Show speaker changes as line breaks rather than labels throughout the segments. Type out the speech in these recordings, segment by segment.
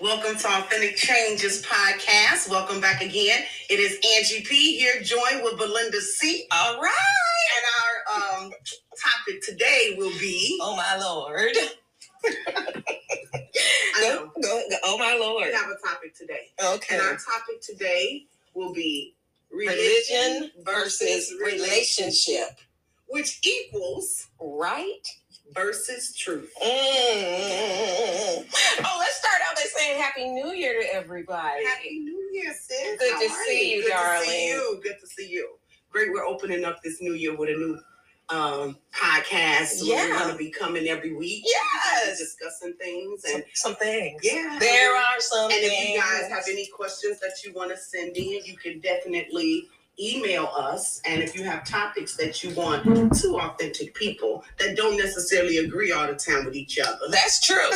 Welcome to Authentic Changes Podcast. Welcome back again. It is Angie P here, joined with Belinda C. All right. And our um, topic today will be. Oh, my Lord. I know. Go, go- go- oh, my Lord. We have a topic today. Okay. And our topic today will be religion, versus relationship, which equals right versus truth.
Mm. Oh, let's start out by saying Happy New Year to everybody.
Happy New Year, sis.
Good
How
to
are
see
Good
you,
to see
darling.
you. Good to see you. Great. We're opening up this new year with a new um podcast. So We're
Yeah.
gonna be coming every week.
Yes.
Discussing things and
Some, some things.
yeah.
There are some
And if you
things.
guys have any questions that you want to send in, you can definitely email us. And if you have topics that you want two authentic people that don't necessarily agree all the time with each other.
That's true. As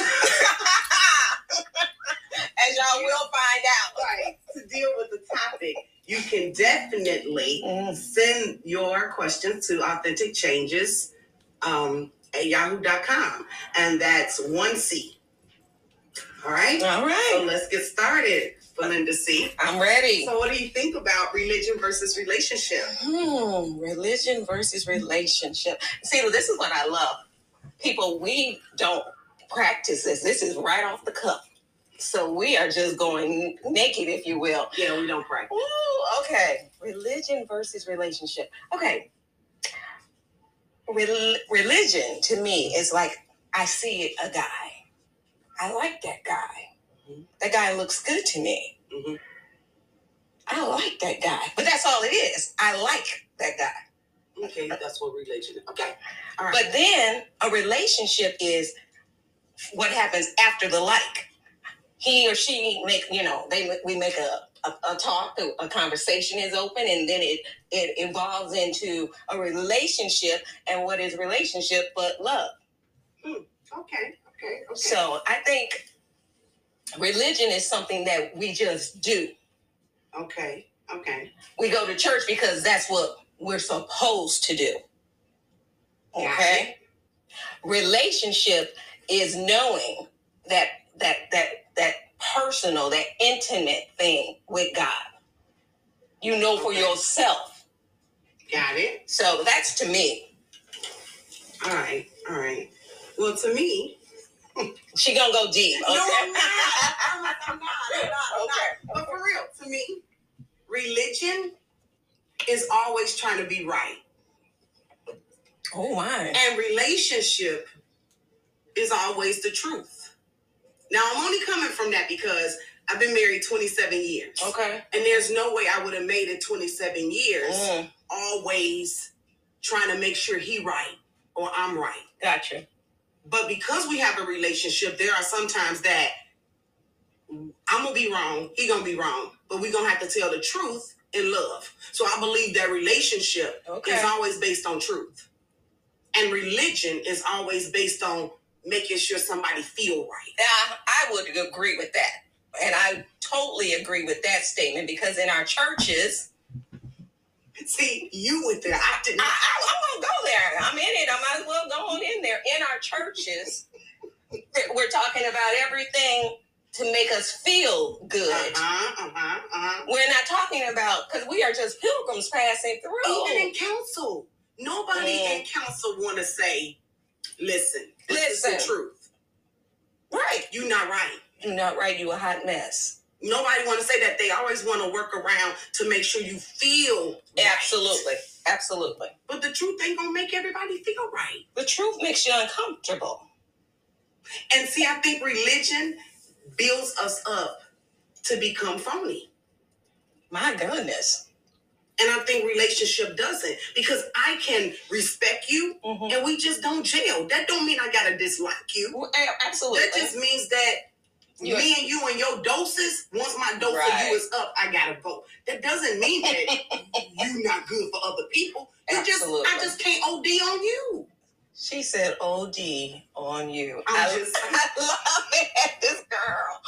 y'all will find out.
Right. To deal with the topic, you can definitely
Mm.
send your questions to authentic changes um, at yahoo.com. And that's 1C. All right.
All
So
right.
let's get started, Belinda C.
I'm ready.
So, what do you think about religion versus relationship?
Hmm, religion versus relationship. See, this is what I love. People, we don't practice this. This is right off the cuff. So we are just going naked, if you will.
Yeah, we don't practice.
Ooh, okay. Religion versus relationship. Okay. Rel- religion to me is like I see it a guy. I like that guy. That guy looks good to me.
hmm
I like that guy. But that's all it is. I like that guy.
Okay, that's what religion is. Okay. All right.
But then a relationship is what happens after the like. He or she make you know they we make a a, a talk, a, a conversation is open, and then it it evolves into a relationship. And what is relationship but love?
okay. Okay. Okay.
So I think religion is something that we just do.
okay. Okay.
We go to church because that's what we're supposed to do. Okay. relationship is knowing that that that that personal that intimate thing with god you know for
Okay.
yourself
Got it.
so that's to me
All right, all right. Well, to me,
she gonna go deep okay
no, I'm not. I'm not. I'm not. I'm not. I'm not.
okay
But for real, to me, religion is always trying to be right,
oh my
and relationship is always the truth. Now, I'm only coming from that because I've been married 27 years,
okay
and there's no way I would have made it 27 years
mm,
always trying to make sure he right or I'm right.
gotcha
But because we have a relationship, there are sometimes that I'm gonna be wrong, he gonna be wrong, but we gonna have to tell the truth in love. So I believe that relationship
okay
is always based on truth, and religion is always based on making sure somebody feel right.
Yeah, I would agree with that. And I totally agree with that statement because in our churches,
See, you went there. I did
I,
not.
I, I won't go there. I'm in it. I might as well go on in there. In our churches, We're we're talking about everything to make us feel
Uh
good.
huh. Uh huh. Uh
We're not talking about because we are just pilgrims passing
huh. Even in
through.
council, nobody in council want to say, "Listen, this is
Listen.
the truth.
Right.
You're not right."
You're not right. You a hot mess.
Nobody want to say that. They always want to work around to make sure you feel right.
Absolutely. Absolutely.
But the truth ain't gonna make everybody feel right.
The truth makes you uncomfortable.
And see, I think religion builds us up to become phony.
My goodness.
And I think relationship doesn't because I can respect you
Mhm.
and we just don't jail. That don't mean I gotta dislike you.
Well, a- Absolutely.
That just means that
You-
me and you and your doses, once my dose of
Right.
you is up, I gotta vote. That doesn't mean that you not good for other people. You just I
Absolutely.
just can't OD on you.
She said OD on you.
I'm
I,
just-
I love it, this girl.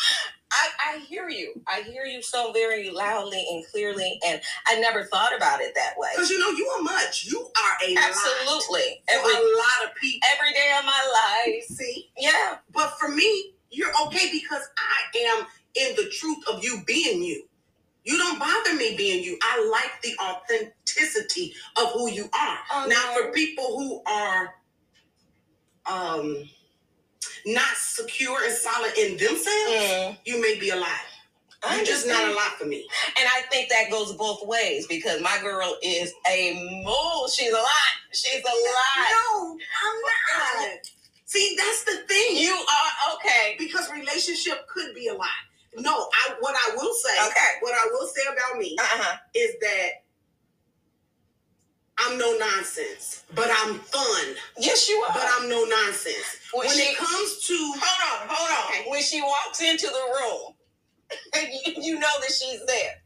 I, I hear you. I hear you so very loudly and clearly, and I never thought about it that way.
Because you know, you are much. You are a lot.
Absolutely.
For
Every
a lot of people.
every day of my life.
See?
Yeah.
But for me, you're you're okay because I am in the truth of you being you. You don't bother me being you. I like the authenticity of who you are.
Oh,
now,
no.
for people who are um, not secure and solid in themselves,
Mm.
you may be a lot.
I
You're just not
understand.
a lot for me.
And I think that goes both ways because my girl is a mole. She's a lot. She's a lot.
No, I'm not. See, that's the thing.
You are okay.
because relationship could be a lot. No, I what I will say,
Okay.
what I will say about me
Uh huh.
is that I'm no nonsense, but I'm fun,
Yes, you are.
but I'm no nonsense.
When
When
she-
it comes to
hold on, hold on.
Okay.
When she walks into the room, you- you know that she's there.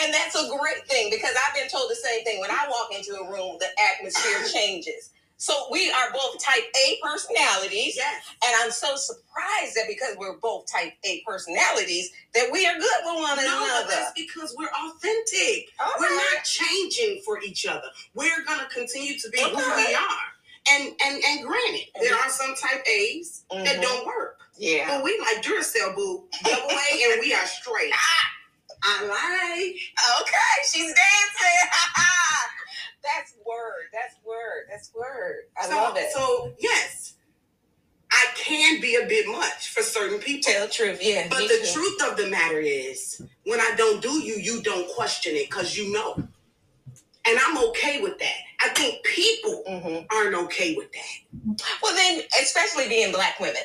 And that's a great thing because I've been told the same thing. When I walk into a room, the atmosphere changes. So we are both type A personalities.
yes,
And I'm so surprised that because we're both type A personalities, that we are good with one
no, but
another.
that's because we're authentic. We're not changing for each other. We're gonna continue to be who
Okay.
we are. And and and granted, there are some type A's that
Mhm.
don't work.
Yeah.
But we like Duracell boo, double A, and we are straight.
Ah!
I like.
Okay, she's dancing. that's word. That's word. That's word. I
so,
love it.
So yes, I can be a bit much for certain people.
Tell the truth. Yeah.
But
me
the
too.
truth of the matter is, when I don't do you, you don't question it because you know. And I'm okay with that. I think people
Mhm.
aren't okay with that.
Well, then, especially being black women.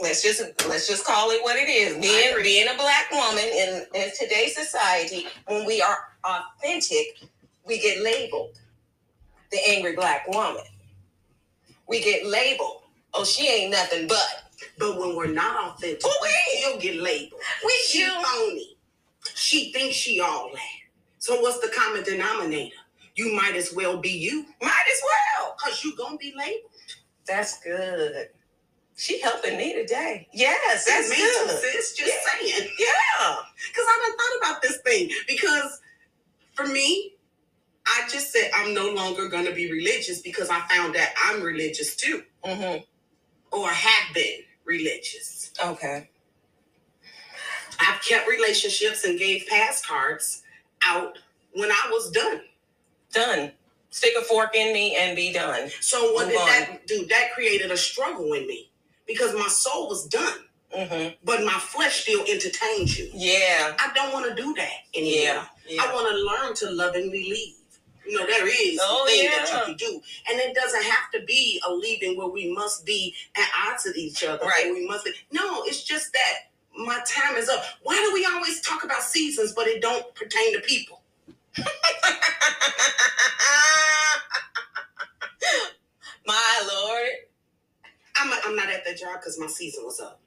Let's just let's just call it what it is. Being being a black woman in, in today's society, when we are authentic, we get labeled the angry black woman. We get labeled. Oh, she ain't nothing but.
But when we're not authentic,
But we-
will get labeled.
We
She
do.
phony. She thinks she all that. So what's the common denominator? You might as well be you.
Might as well.
Cause you gonna be labeled.
That's good. She helping me today. Yes, that's
me too,
good.
sis. Just
Yeah.
saying.
Yeah.
Because I done thought about this thing. Because for me, I just said I'm no longer going to be religious because I found that I'm religious too,
Mm-hmm.
or have been religious.
Okay.
I've kept relationships and gave pass cards out when I was done.
Done. Stick a fork in me and be done.
So what
Move
did that do? That created a struggle in me because my soul was done,
Mm-hmm.
but my flesh still entertained you.
Yeah.
I don't want to do that anymore.
Yeah. yeah.
I want to learn to lovingly leave. You know, there is
Oh,
a thing
yeah.
that you can do. And it doesn't have to be a leaving where we must be at odds with each other. or
Right.
We must be. No, it's just that my time is up. Why do we always talk about seasons, but it don't pertain to people?
My lord.
I'm, I'm not at that job because my season was up.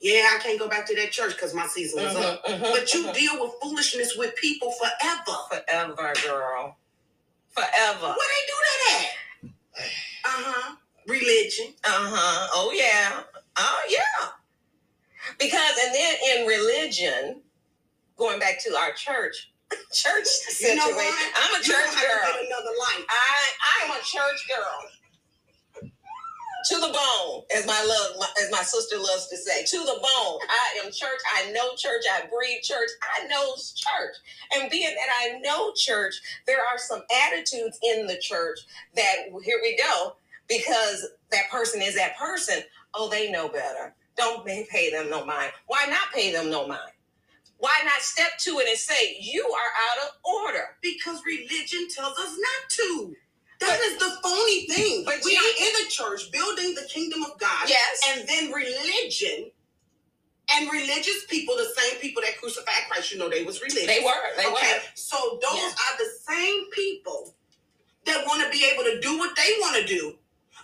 Yeah, I can't go back to that church because my season was
Mm-hmm. Uh-huh.
up. But you deal with foolishness with people forever.
forever, girl. Forever.
Where they do that at? Uh huh. Religion.
Uh-huh. Oh yeah. Oh yeah. Because and then in religion, going back to our church,
You
church situation.
know what?
I'm a
You gonna
church
have to
girl.
get another life.
I I am a church girl. To the bone, as my love, as my sister loves to say, to the bone. I am church. I know church. I breathe church. I knows church. And being that I know church, there are some attitudes in the church that here we go because that person is that person. Oh, they know better. Don't pay pay them no mind. Why not pay them no mind? Why not step to it and say you are out of order?
Because religion tells us not to. That is the phony thing.
But
we
you-
are in the church building the kingdom of God.
Yes.
And then religion and religious people, the same people that crucified Christ, you know, they was religious.
They were. They
okay.
were.
So those
Yeah.
are the same people that want to be able to do what they want to do.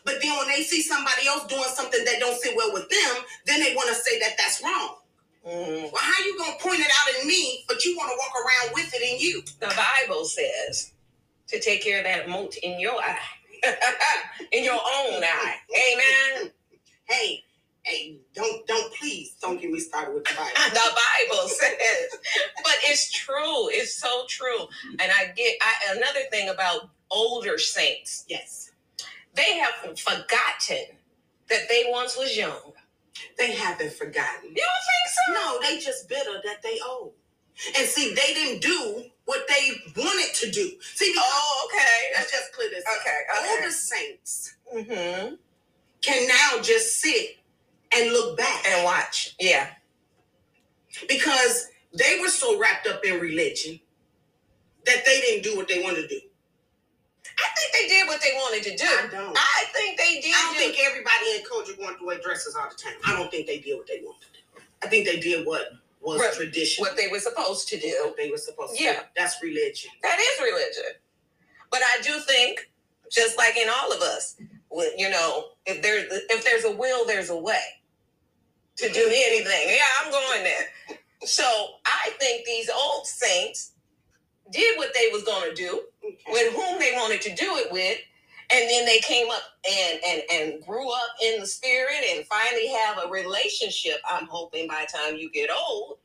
But then when they see somebody else doing something that don't sit well with them, then they want to say that that's wrong.
Mhm.
Well, how you gonna point it out in me, but you want to walk around with it in you?
the Bible says to take care of that mote in your eye, in your own eye. Amen.
Hey, hey, don't, don't, please, don't get me started with the Bible.
The Bible says, but it's true. It's so true. And I get I, another thing about older saints.
yes,
They have forgotten that they once was young.
They haven't forgotten.
You don't think so?
No, they just bitter that they owe. And see, they didn't do what they wanted to do. See, because
Oh, okay.
let's just clear this up.
Okay, okay.
Older saints
Mm-hmm.
can now just sit and look back
And watch. Yeah.
because they were so wrapped up in religion that they didn't do what they wanted to do.
I think they did what they wanted to do.
I don't.
I think they did.
I don't
do-
think everybody in culture wanted to wear dresses all the time. I don't think they did what they wanted to do. I think they did what was
Right.
tradition.
what they were supposed to do.
what they were supposed to do.
Yeah.
That's religion.
That is religion. But I do think, just like in all of us, with- you know, if there's if there's a will, there's a way to do anything. Yeah, I'm going there. So I think these old saints did what they was gonna do with whom they wanted to do it with, and then they came up and and and grew up in the spirit and finally have a relationship. I'm hoping by the time you get old,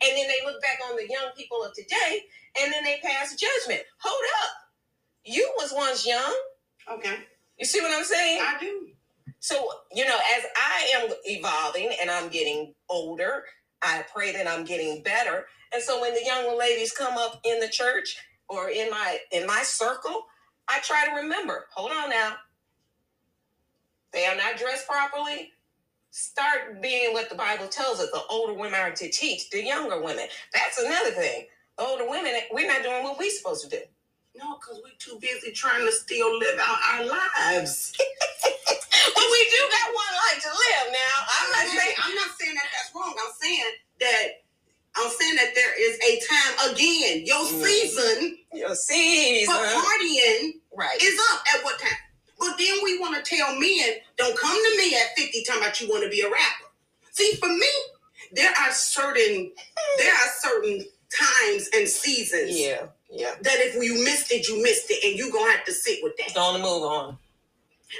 and then they look back on the young people of today, and then they pass judgment. Hold up, you was once young.
Okay.
You see what I'm saying?
I do.
So, you know, as I am evolving and I'm getting older, I pray that I'm getting better. And so when the young ladies come up in the church or in my in my circle, I try to remember, hold on now. They are not dressed properly. Start being what the Bible tells us. The older women are to teach the younger women. That's another thing. The older women, we're not doing what we're supposed to do.
No, because we're too busy trying to still live out our lives.
But we do got one life to live now. I'm not saying
I'm not saying that that's wrong. I'm saying that I'm saying that there is a time again. Your
Mm.
season
your
for
season.
partying
Right.
is up at what time? But then we want to tell men, don't come to me at 50 talking about you want to be a rapper. See, for me, there are certain there are certain times and seasons
Yeah, yeah.
that if you missed it, you missed it, and you gonna have to sit with that.
Don't move on.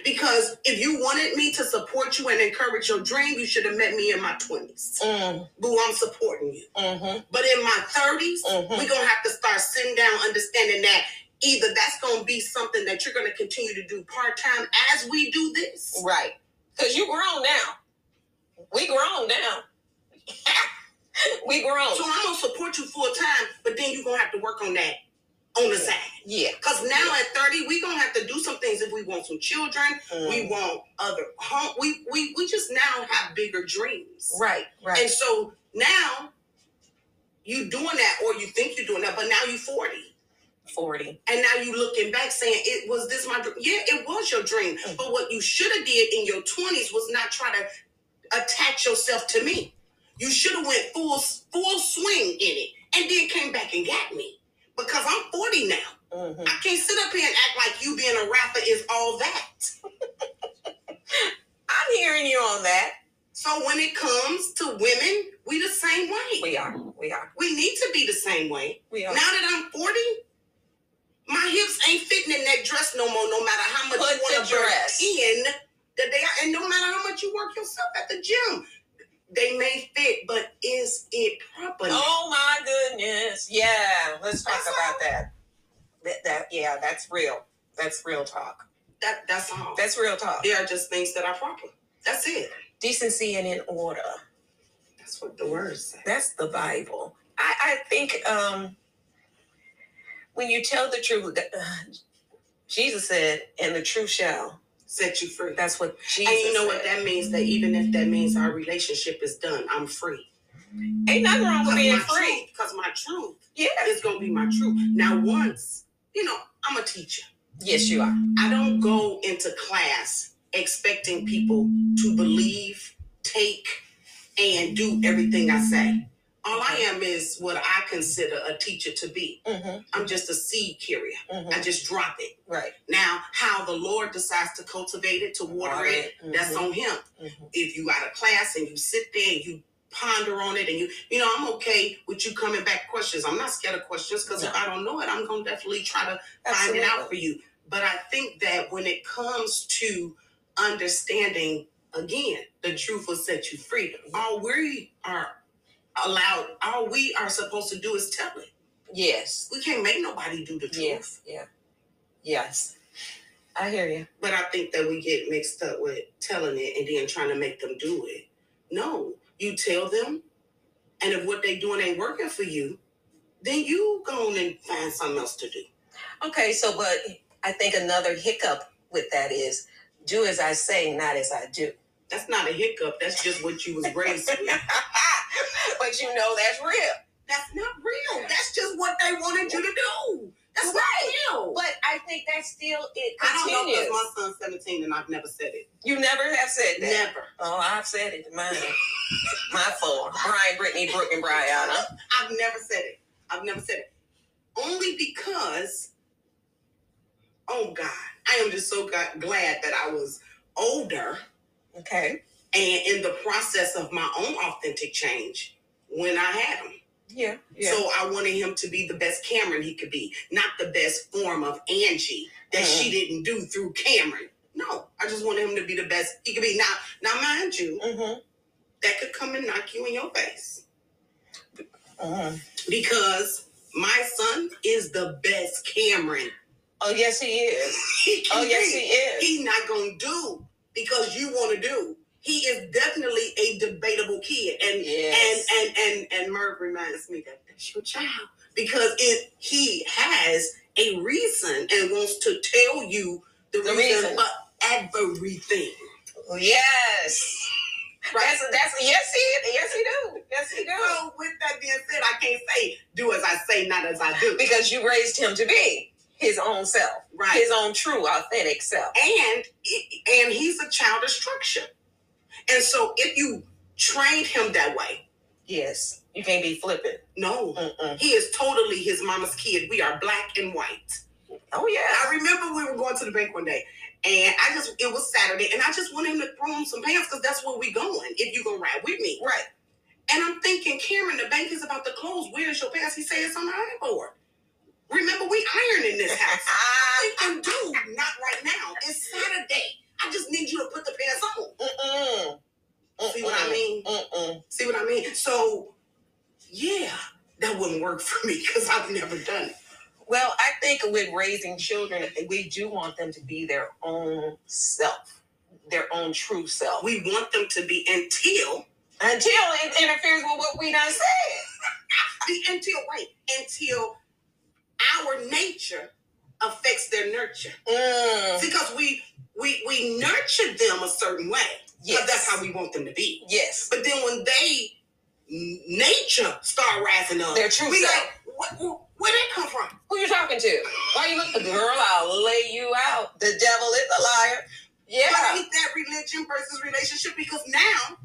Because if you wanted me to support you and encourage your dream, you should have met me in my twenties.
Mm,
Boo, I'm supporting you.
mm-hmm,
But in my 30s,
Mhm.
we're gonna have to start sitting down, understanding that either that's gonna be something that you're gonna continue to do part time as we do this,
Right. Because you grown now. We grown now. we grown.
So I'm gonna support you full time, but then you're gonna have to work on that on the side.
Yeah.
Cause now at 30, we're gonna have to do some things if we want some children, we
Mm.
want other home. We we we just now have bigger dreams.
Right,
And so now you doing that or you think you're doing that, but now you're 40.
40.
And now you looking back saying, "It was this my dream." Yeah, it was your dream.
Mhm.
But what you should have did in your twenties was not try to attach yourself to me. You should have went full full swing in it, and then came back and got me because I'm forty now.
Mm-hmm.
I can't sit up here and act like you being a rapper is all that.
I'm hearing you on that.
So when it comes to women, we the same way.
We are. We are.
We need to be the same way.
We
Now
are.
that I'm 40, my hips ain't fitting in that dress no more, no matter how much
Put
you want
the
to dress
dress.
in that they are, and no matter how much you work yourself at the gym. They may fit, but is it proper?
Oh my goodness. Yeah. Let's talk
That's all.
about that. that. That yeah, that's real. That's real talk.
That that's all.
That's real talk.
there are just things that are proper. That's it.
Decency and in order.
That's what the words say.
That's the Bible. I, I think um, when you tell the truth, that, uh, Jesus said, and the truth shall.
Set you free.
That's what Jesus
and you know what
said.
that means? That even if that means our relationship is done, I'm free.
Ain't nothing wrong with being
my
free.
Because my truth
Yeah.
is gonna be my truth. Now, once you know, I'm a teacher.
Yes, you are.
I don't go into class expecting people to believe, take, and do everything I say. All I am is what I consider a teacher to be.
Mm-hmm,
I'm just a seed carrier.
mm-hmm.
I just drop it.
Right.
Now, how the Lord decides to cultivate it, to water
Water
it,
it.
that's
Mhm.
on Him.
Mhm.
If you got a class and you sit there and you ponder on it and you, you know, I'm okay with you coming back questions. I'm not scared of questions because if
No.
I don't know it, I'm going to definitely try to find it out for you. But I think that when it comes to understanding, again, the truth will set you free. All we are allowed, all we are supposed to do is tell it.
Yes.
We can't make nobody do the truth.
Yes. Yeah. Yes. I hear you.
But I think that we get mixed up with telling it and then trying to make them do it No, you tell them, and if what they doing ain't working for you, then you go on and find something else to do.
Okay, so but I think another hiccup with that is do as I say, not as I do.
That's not a hiccup. That's just what you was raised with.
but you know that's real.
That's not real. That's just what they wanted you to do. That's
Right.
not real.
But I think that still it
I don't know
continues.
because my son's 17 and I've never said it.
you never have said that.
Never.
Oh, I've said it. Mine. My fault. Brian, Brittany, Brooke, and Brianna.
I've never said it. I've never said it. Only because, oh God, I am just so go- glad that I was older
Okay.
and in the process of my own authentic change when I had him.
Yeah.
So I wanted him to be the best Cameron he could be, not the best form of Angie that
Mm-hmm.
she didn't do through Cameron. No, I just wanted him to be the best he could be. Now, now, mind you,
hmm
that could come and knock you in your face
hmm
because my son is the best Cameron.
Oh yes, he is.
He can
Oh yes,
be.
he is.
He not gonna do because you want to do. He is definitely a debatable kid, and
Yes.
and and and and Merv reminds me that that's your child because it he has a reason and wants to tell you the,
The
reason,
reason.
for everything.
Oh, Yes. That's that's yes he yes he do yes he do
So with that being said, I can't say do as I say, not as I do.
because you raised him to be his own self,
Right.
His own true, authentic self.
and and he's a child of structure, and so if you train him that way,
Yes, you can't be flippant.
no.
Mm-mm.
He is totally his mama's kid. We are black and white.
Oh yeah.
I remember we were going to the bank one day, and I just it was Saturday, and I just wanted him to throw him some pants because that's where we going. If you gonna ride with me,
Right.
and I'm thinking, Cameron, the bank is about to close. Where's your pants? He said it's on the iron board. Remember, we iron in this house.
Ah,
I'm thinking, dude, not right now. It's Saturday. I just need you to put the pants on.
mm-mm. Mm-mm.
See what I mean?
Mm-mm.
See what I mean? So, yeah, that wouldn't work for me because I've never done it.
Well, I think with raising children, we do want them to be their own self, their own true self.
We want them to be until
Until it interferes with what we done said.
The- until wait until our nature affects their nurture
Mm.
because we we we nurture them a certain way because
Yes.
that's how we want them to be
Yes.
but then when they n- nature start rising up
Their true
we
self.
like what, what, where that come from
Who you talking to? Why you look? Girl, I'll lay you out. The devil is a liar.
but
Yeah.
ain't that religion versus relationship because now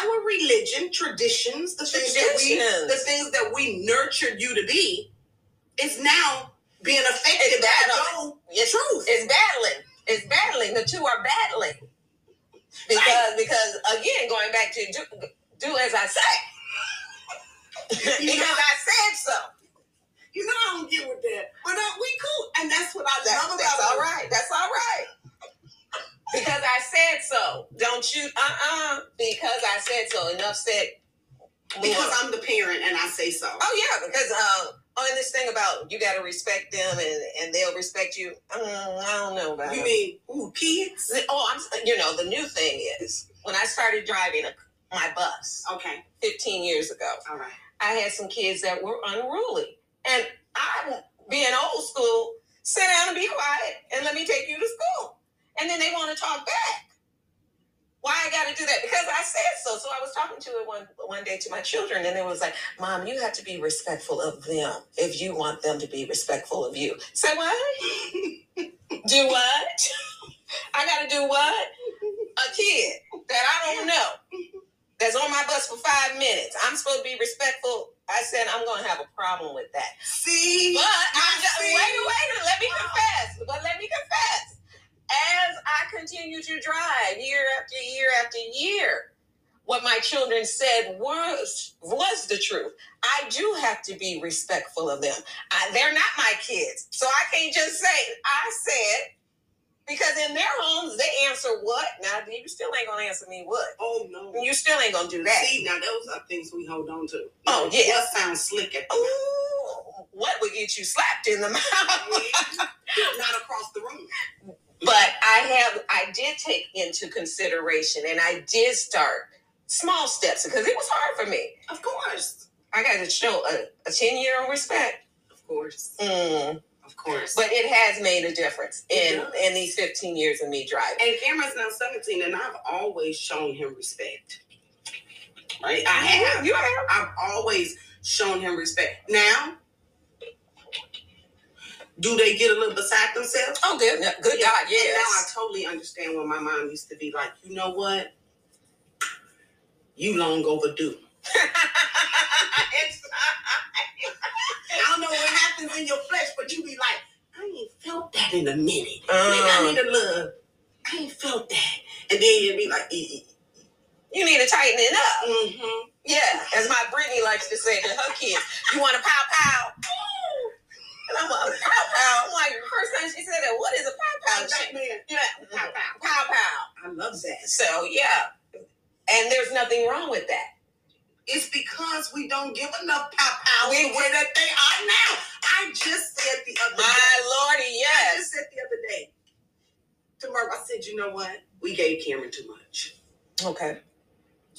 our religion traditions the things that we
Traditions.
the things that we nurtured you to be is now being affected
It's
by
bad.
those
It's
truth.
It's battling. It's battling. The two are battling. Because
Right.
because again, going back to do, do as I say.
You
because
know-
I said so.
You know I don't get with that, but uh, we cool, and that's what I
That-
love about
that's
it.
all right. That's all right. Because I said so. Don't you? Uh uh Because I said so. Enough said. Move
Because
on.
I'm the parent, and I say so.
Oh yeah, because uh, on this thing about you got to respect them and and they'll respect you. Um, I don't know about
You
it.
mean ooh kids?
Oh, I'm. You know, the new thing is when I started driving a, my bus
Okay,
15 years ago,
all right.
I had some kids that were unruly, and I, being old school, sit down and be quiet and let me take you to school, and then they want to talk back. Why I got to do that? Because I said so. So I was talking to it one one day to my children, and it was like, "Mom, you have to be respectful of them if you want them to be respectful of you." Say what? do what? I got to do what? A kid that I don't know that's on my bus for five minutes. I'm supposed to be respectful. I said I'm going to have a problem with that.
See,
But I'm just,
see?
wait, wait, wait, let me confess. But let me confess. As I continue to drive year after year after year, what my children said was was the truth. I do have to be respectful of them. I, they're not my kids, so I can't just say I said because in their homes they answer what. Now you still ain't gonna answer me what.
oh no.
You still ain't gonna do that.
See, now those are things we hold on to.
Oh, yeah.
What sounds slick at the
Ooh, what would get you slapped in the mouth?
not across the room.
but I have I did take into consideration and I did start small steps because it was hard for me.
Of course.
I got to show a, a 10 year old respect.
Of course.
Mm.
Of course.
But it has made a difference
It
in, in these 15 years of me driving.
and Cameron's now 17, and I've always shown him respect. Right? I have.
You have.
I've always shown him respect. Now, do they get a little beside themselves?
Oh, good, good God,
And now I
yes.
totally understand what my mom used to be like. You know what? You long overdue.
It's-
I don't know what happens in your flesh, but you be like, I ain't felt that in a minute. Nigga, I
Uh,
need a love. I ain't felt that. And then you be like, mm
you need to tighten it up.
hmm.
Mm-hmm. Yeah, as my Brittany likes to say to her kids, you want a pow pow? And I'm like, pow pow. I'm like, first time she said that, what is a pow pow? She- Yeah,
Pow, pow.
pow pow.
I love that.
So, yeah. And there's nothing wrong with that.
It's because we don't give enough pow pow the
We-
way that they are now. I just said the other day.
My
I
lordy, yes.
just said the other day to Merv, I said, you know what? We gave Cameron too much.
Okay.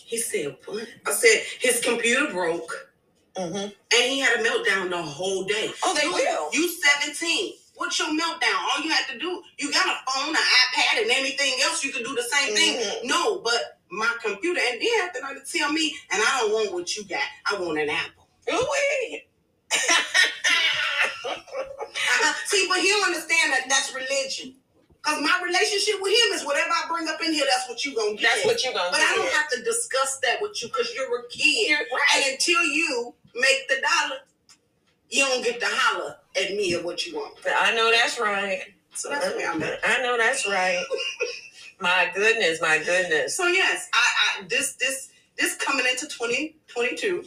He said, what? I said, his computer broke
Mm-hmm.
and he had a meltdown the whole day.
Oh, they
you,
will.
You 17. What's your meltdown? All you had to do, you got a phone, an iPad, and anything else, you can do the same
Mhm.
thing. No, but my computer, and then after that, to tell me, and I don't want what you got. I want an apple.
Ooh-wee.
Uh-uh. See, but he'll understand that that's religion. Because my relationship with him is whatever I bring up in here, that's what you going to get.
That's what you're going to
But I don't have to discuss that with you because you're a kid.
You're right.
And until you make the dollar, you don't get to holler at me or what you want.
I know that's right.
So that's where I'm at.
I know that's right. my goodness, my goodness.
So yes, I, I this this this coming into 2022,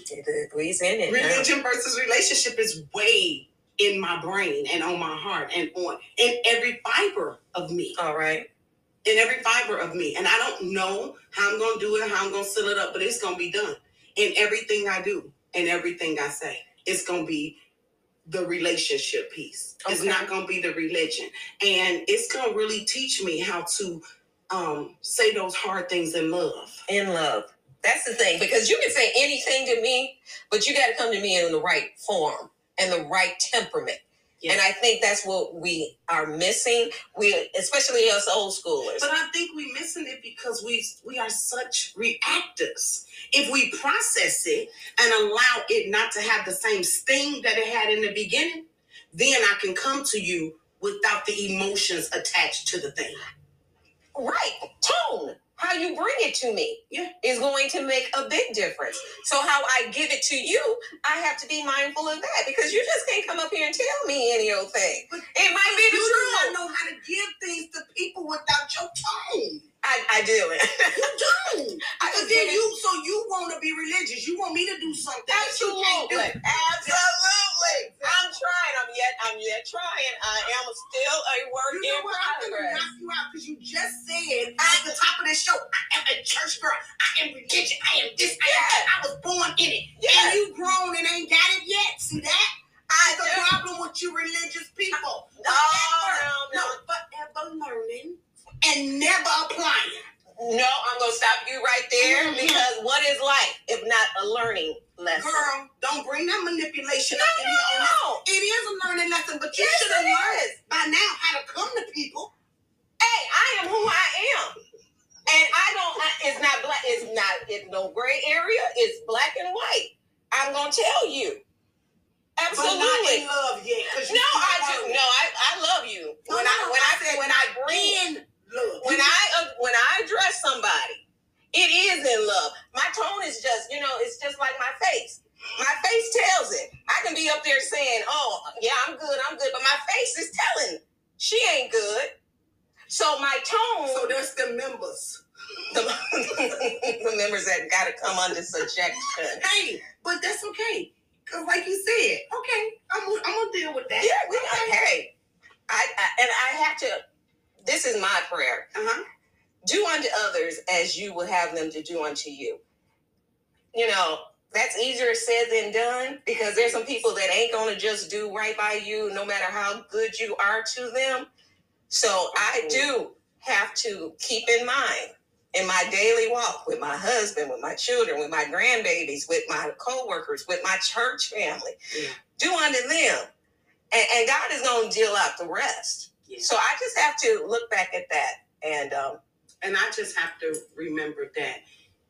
We's in it. now.
religion versus relationship is way in my brain and on my heart and on in every fiber of me.
All right.
in every fiber of me. And I don't know how I'm going to do it, how I'm going to seal it up, but it's going to be done in everything I do and everything I say. It's going to be the relationship piece. It's
Okay.
not going to be the religion. And it's going to really teach me how to um, say those hard things in love.
In love. That's the thing because you can say anything to me, but you got to come to me in the right form and the right temperament.
Yeah.
And I think that's what we are missing. We, especially us old schoolers.
But I think we're missing it because we we are such reactors. If we process it and allow it not to have the same sting that it had in the beginning, then I can come to you without the emotions attached to the thing.
right tone how you bring it to me
Yeah.
is going to make a big difference so how i give it to you i have to be mindful of that because you just can't come up here and tell me any old thing
But-
it might be
You
the
do not
truth
know how to give things to people without your tone.
i, I do it
You don't.
I
Because then
just did it.
you, so you want to be religious. You want me to do something that you can't do.
absolutely absolutely i'm trying i'm yet i'm yet trying i am still a work
You
in
know what? I'm gonna
progress
knock you out because you just said at the top of this show, I am a church girl. I am religious. I am this. I, am, that. I was born in it.
Yes.
And you grown and ain't got it yet. See that?
i
That's
do
the problem with you religious people.
no, no, no.
forever learning and never applying.
No, I'm gonna stop you right there
Mhm.
because what is life if not a learning lesson?
Girl, don't bring that manipulation
no,
up in here.
no, no.
It is a learning lesson, but you
Yes,
should have
it
learned
is.
by now how to come to people.
hey, I am who I am. And I don't, I, it's not black, it's not, it's no gray area, it's black and white. I'm gonna tell you.
But not in
Absolutely.
love yet. 'cause you
No, I
still
do.
learning.
No, I, I love you.
No,
When
no,
I,
no,
when
I
I,
said
when I bring,
in love.
when I, uh, when I address somebody, it is in love. My tone is just, you know, it's just like my face. My face tells it. I can be up there saying, "Oh, yeah, I'm good, I'm good," but my face is telling she ain't good. So my tone.
So there's the members.
the, the members that got to come under subjection.
Hey, but that's okay. Cause like you said, okay, I'm gonna, I'm gonna deal with that.
Yeah, we got. Hey, I, I and I have to. This is my prayer:
Uh-huh.
do unto others as you will have them to do unto you. You know that's easier said than done because there's some people that ain't gonna just do right by you, no matter how good you are to them. So I do have to keep in mind in my daily walk with my husband, with my children, with my grandbabies, with my coworkers, with my church family.
Yeah.
Do unto them. And, and God is going to deal out the rest.
Yeah.
So I just have to look back at that and um,
And I just have to remember that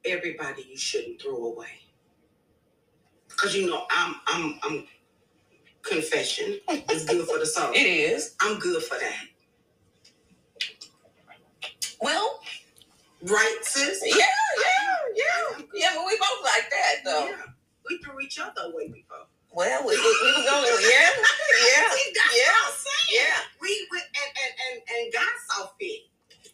everybody you shouldn't throw away. Cause you know I'm I'm I'm confession is good for the soul.
it is.
I'm good for that.
Well,
Right, sis?
yeah, yeah, yeah. Yeah, but we both like that, though.
Yeah. We threw each other away before.
Well, we, we, we were going, yeah, yeah,
See, that's
yeah,
what I'm saying.
yeah.
We, we and, and, and, and God saw fit.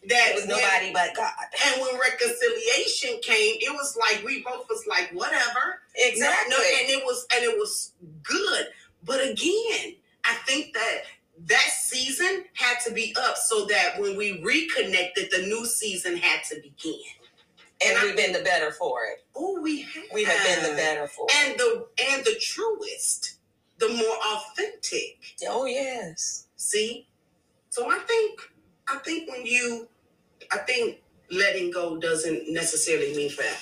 It
That
was
when-
nobody but God.
And when reconciliation came, it was like we both was like, whatever. No, no, and it was and it was good. But again, I think that that season had to be up so that when we reconnected, the new season had to begin.
And we've been the better for it.
Oh, we have.
We have been the better for it.
and the and the truest, the more authentic.
Oh, yes.
See, so I think I think when you, I think letting go doesn't necessarily mean forever,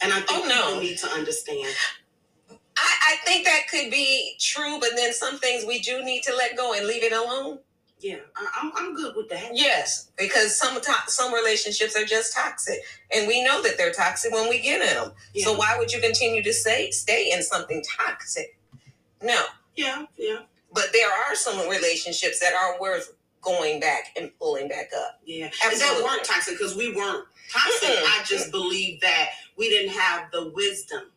and I think
Oh, no.
people need to understand.
I, I think that could be true, but then some things we do need to let go and leave it alone.
Yeah, I, I'm I'm good with that.
Yes, because some to- some relationships are just toxic, and we know that they're toxic when we get in them.
Yeah.
So why would you continue to say stay in something toxic? No,
Yeah, yeah,
but there are some relationships that are worth going back and pulling back up.
yeah. And that
Absolutely.
weren't toxic because we weren't toxic.
Mm-mm.
I just believe that we didn't have the wisdom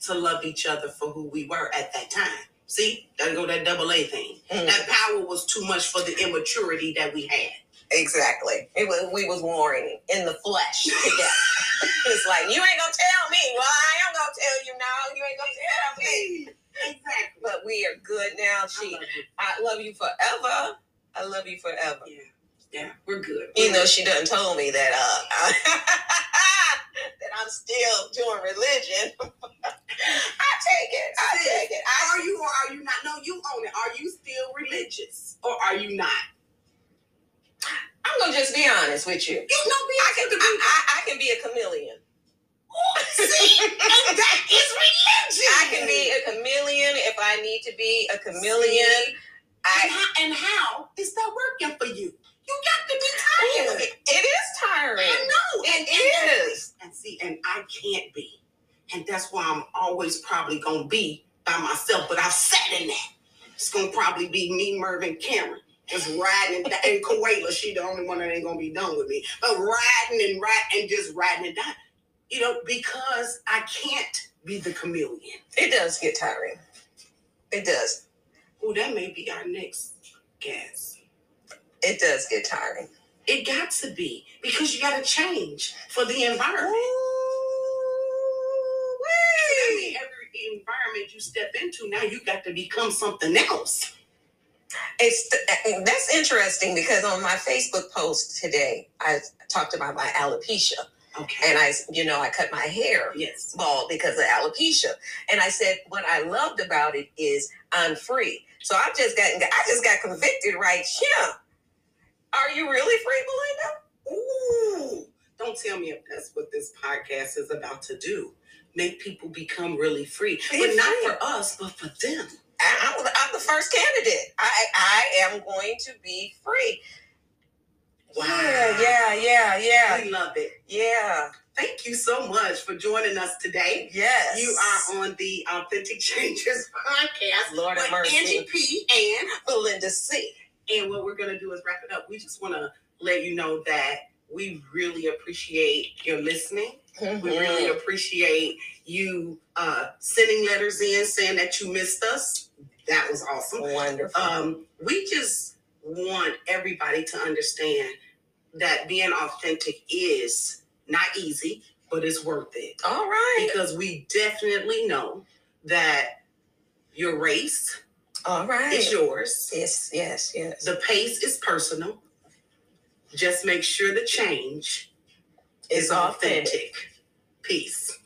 to love each other for who we were at that time. See, there go that double A thing.
Mm,
That power was too much for the immaturity that we had.
exactly. It was, we was warring in the flesh together. it's like you ain't gonna tell me. Well, I am gonna tell you now. You ain't gonna tell me.
Exactly.
But we are good now. She, I love you forever. I love you forever.
Yeah, yeah, we're good.
You know, she done told me that uh that I'm still doing religion. I take it. I take it. I
are you or are you not? No, you own it. Are you still religious or are you not?
I'm gonna just be honest with you.
You know, be
I can I, I, I can be a chameleon.
see, and that is religion.
I can be a chameleon if I need to be a chameleon.
See? and,
I
how, and how is that working for you? You got to be tired of it.
it is tiring.
I know.
It
and-
is.
And see, and I can't be. And that's why I'm always probably gonna be by myself, but I've sat in that. It's gonna probably be me, Mervin, Karen, just riding and, and Koala, she the only one that ain't gonna be done with me. But riding and riding and just riding and dying. You know, because I can't be the chameleon.
It does get tiring. It does.
Oh, that may be our next guest.
It does get tiring.
It got to be because you got to change for the environment. I mean, every environment you step into now, you got to become something else.
It's eh, that's interesting because on my Facebook post today, I talked about my alopecia,
Okay.
and I, you know, I cut my hair
yes.
bald because of alopecia, and I said what I loved about it is I'm free. So I've just gotten, I just got convicted right here. Are you really free, Belinda?
Ooh. Don't tell me if that's what this podcast is about to do. Make people become really free,
Be
but not
free.
for us, but for them.
I, I'm, I'm the first candidate. I, I am going to be free. Yeah, yeah, yeah, yeah,
We love it.
yeah.
Thank you so much for joining us today.
Yes,
You are on the Authentic Changes podcast
Lord have
with
mercy.
Angie P and
Belinda C.
And what we're going to do is wrap it up. We just want to let you know that we really appreciate your listening.
Mm-hmm.
We really appreciate you uh, sending letters in saying that you missed us. That was awesome.
Wonderful.
Um, we just want everybody to understand that being authentic is not easy, but it's worth it
All right.
because we definitely know that your race
All right.
is yours.
yes, yes, yes.
The pace is personal. Just make sure the change is authentic. Peace.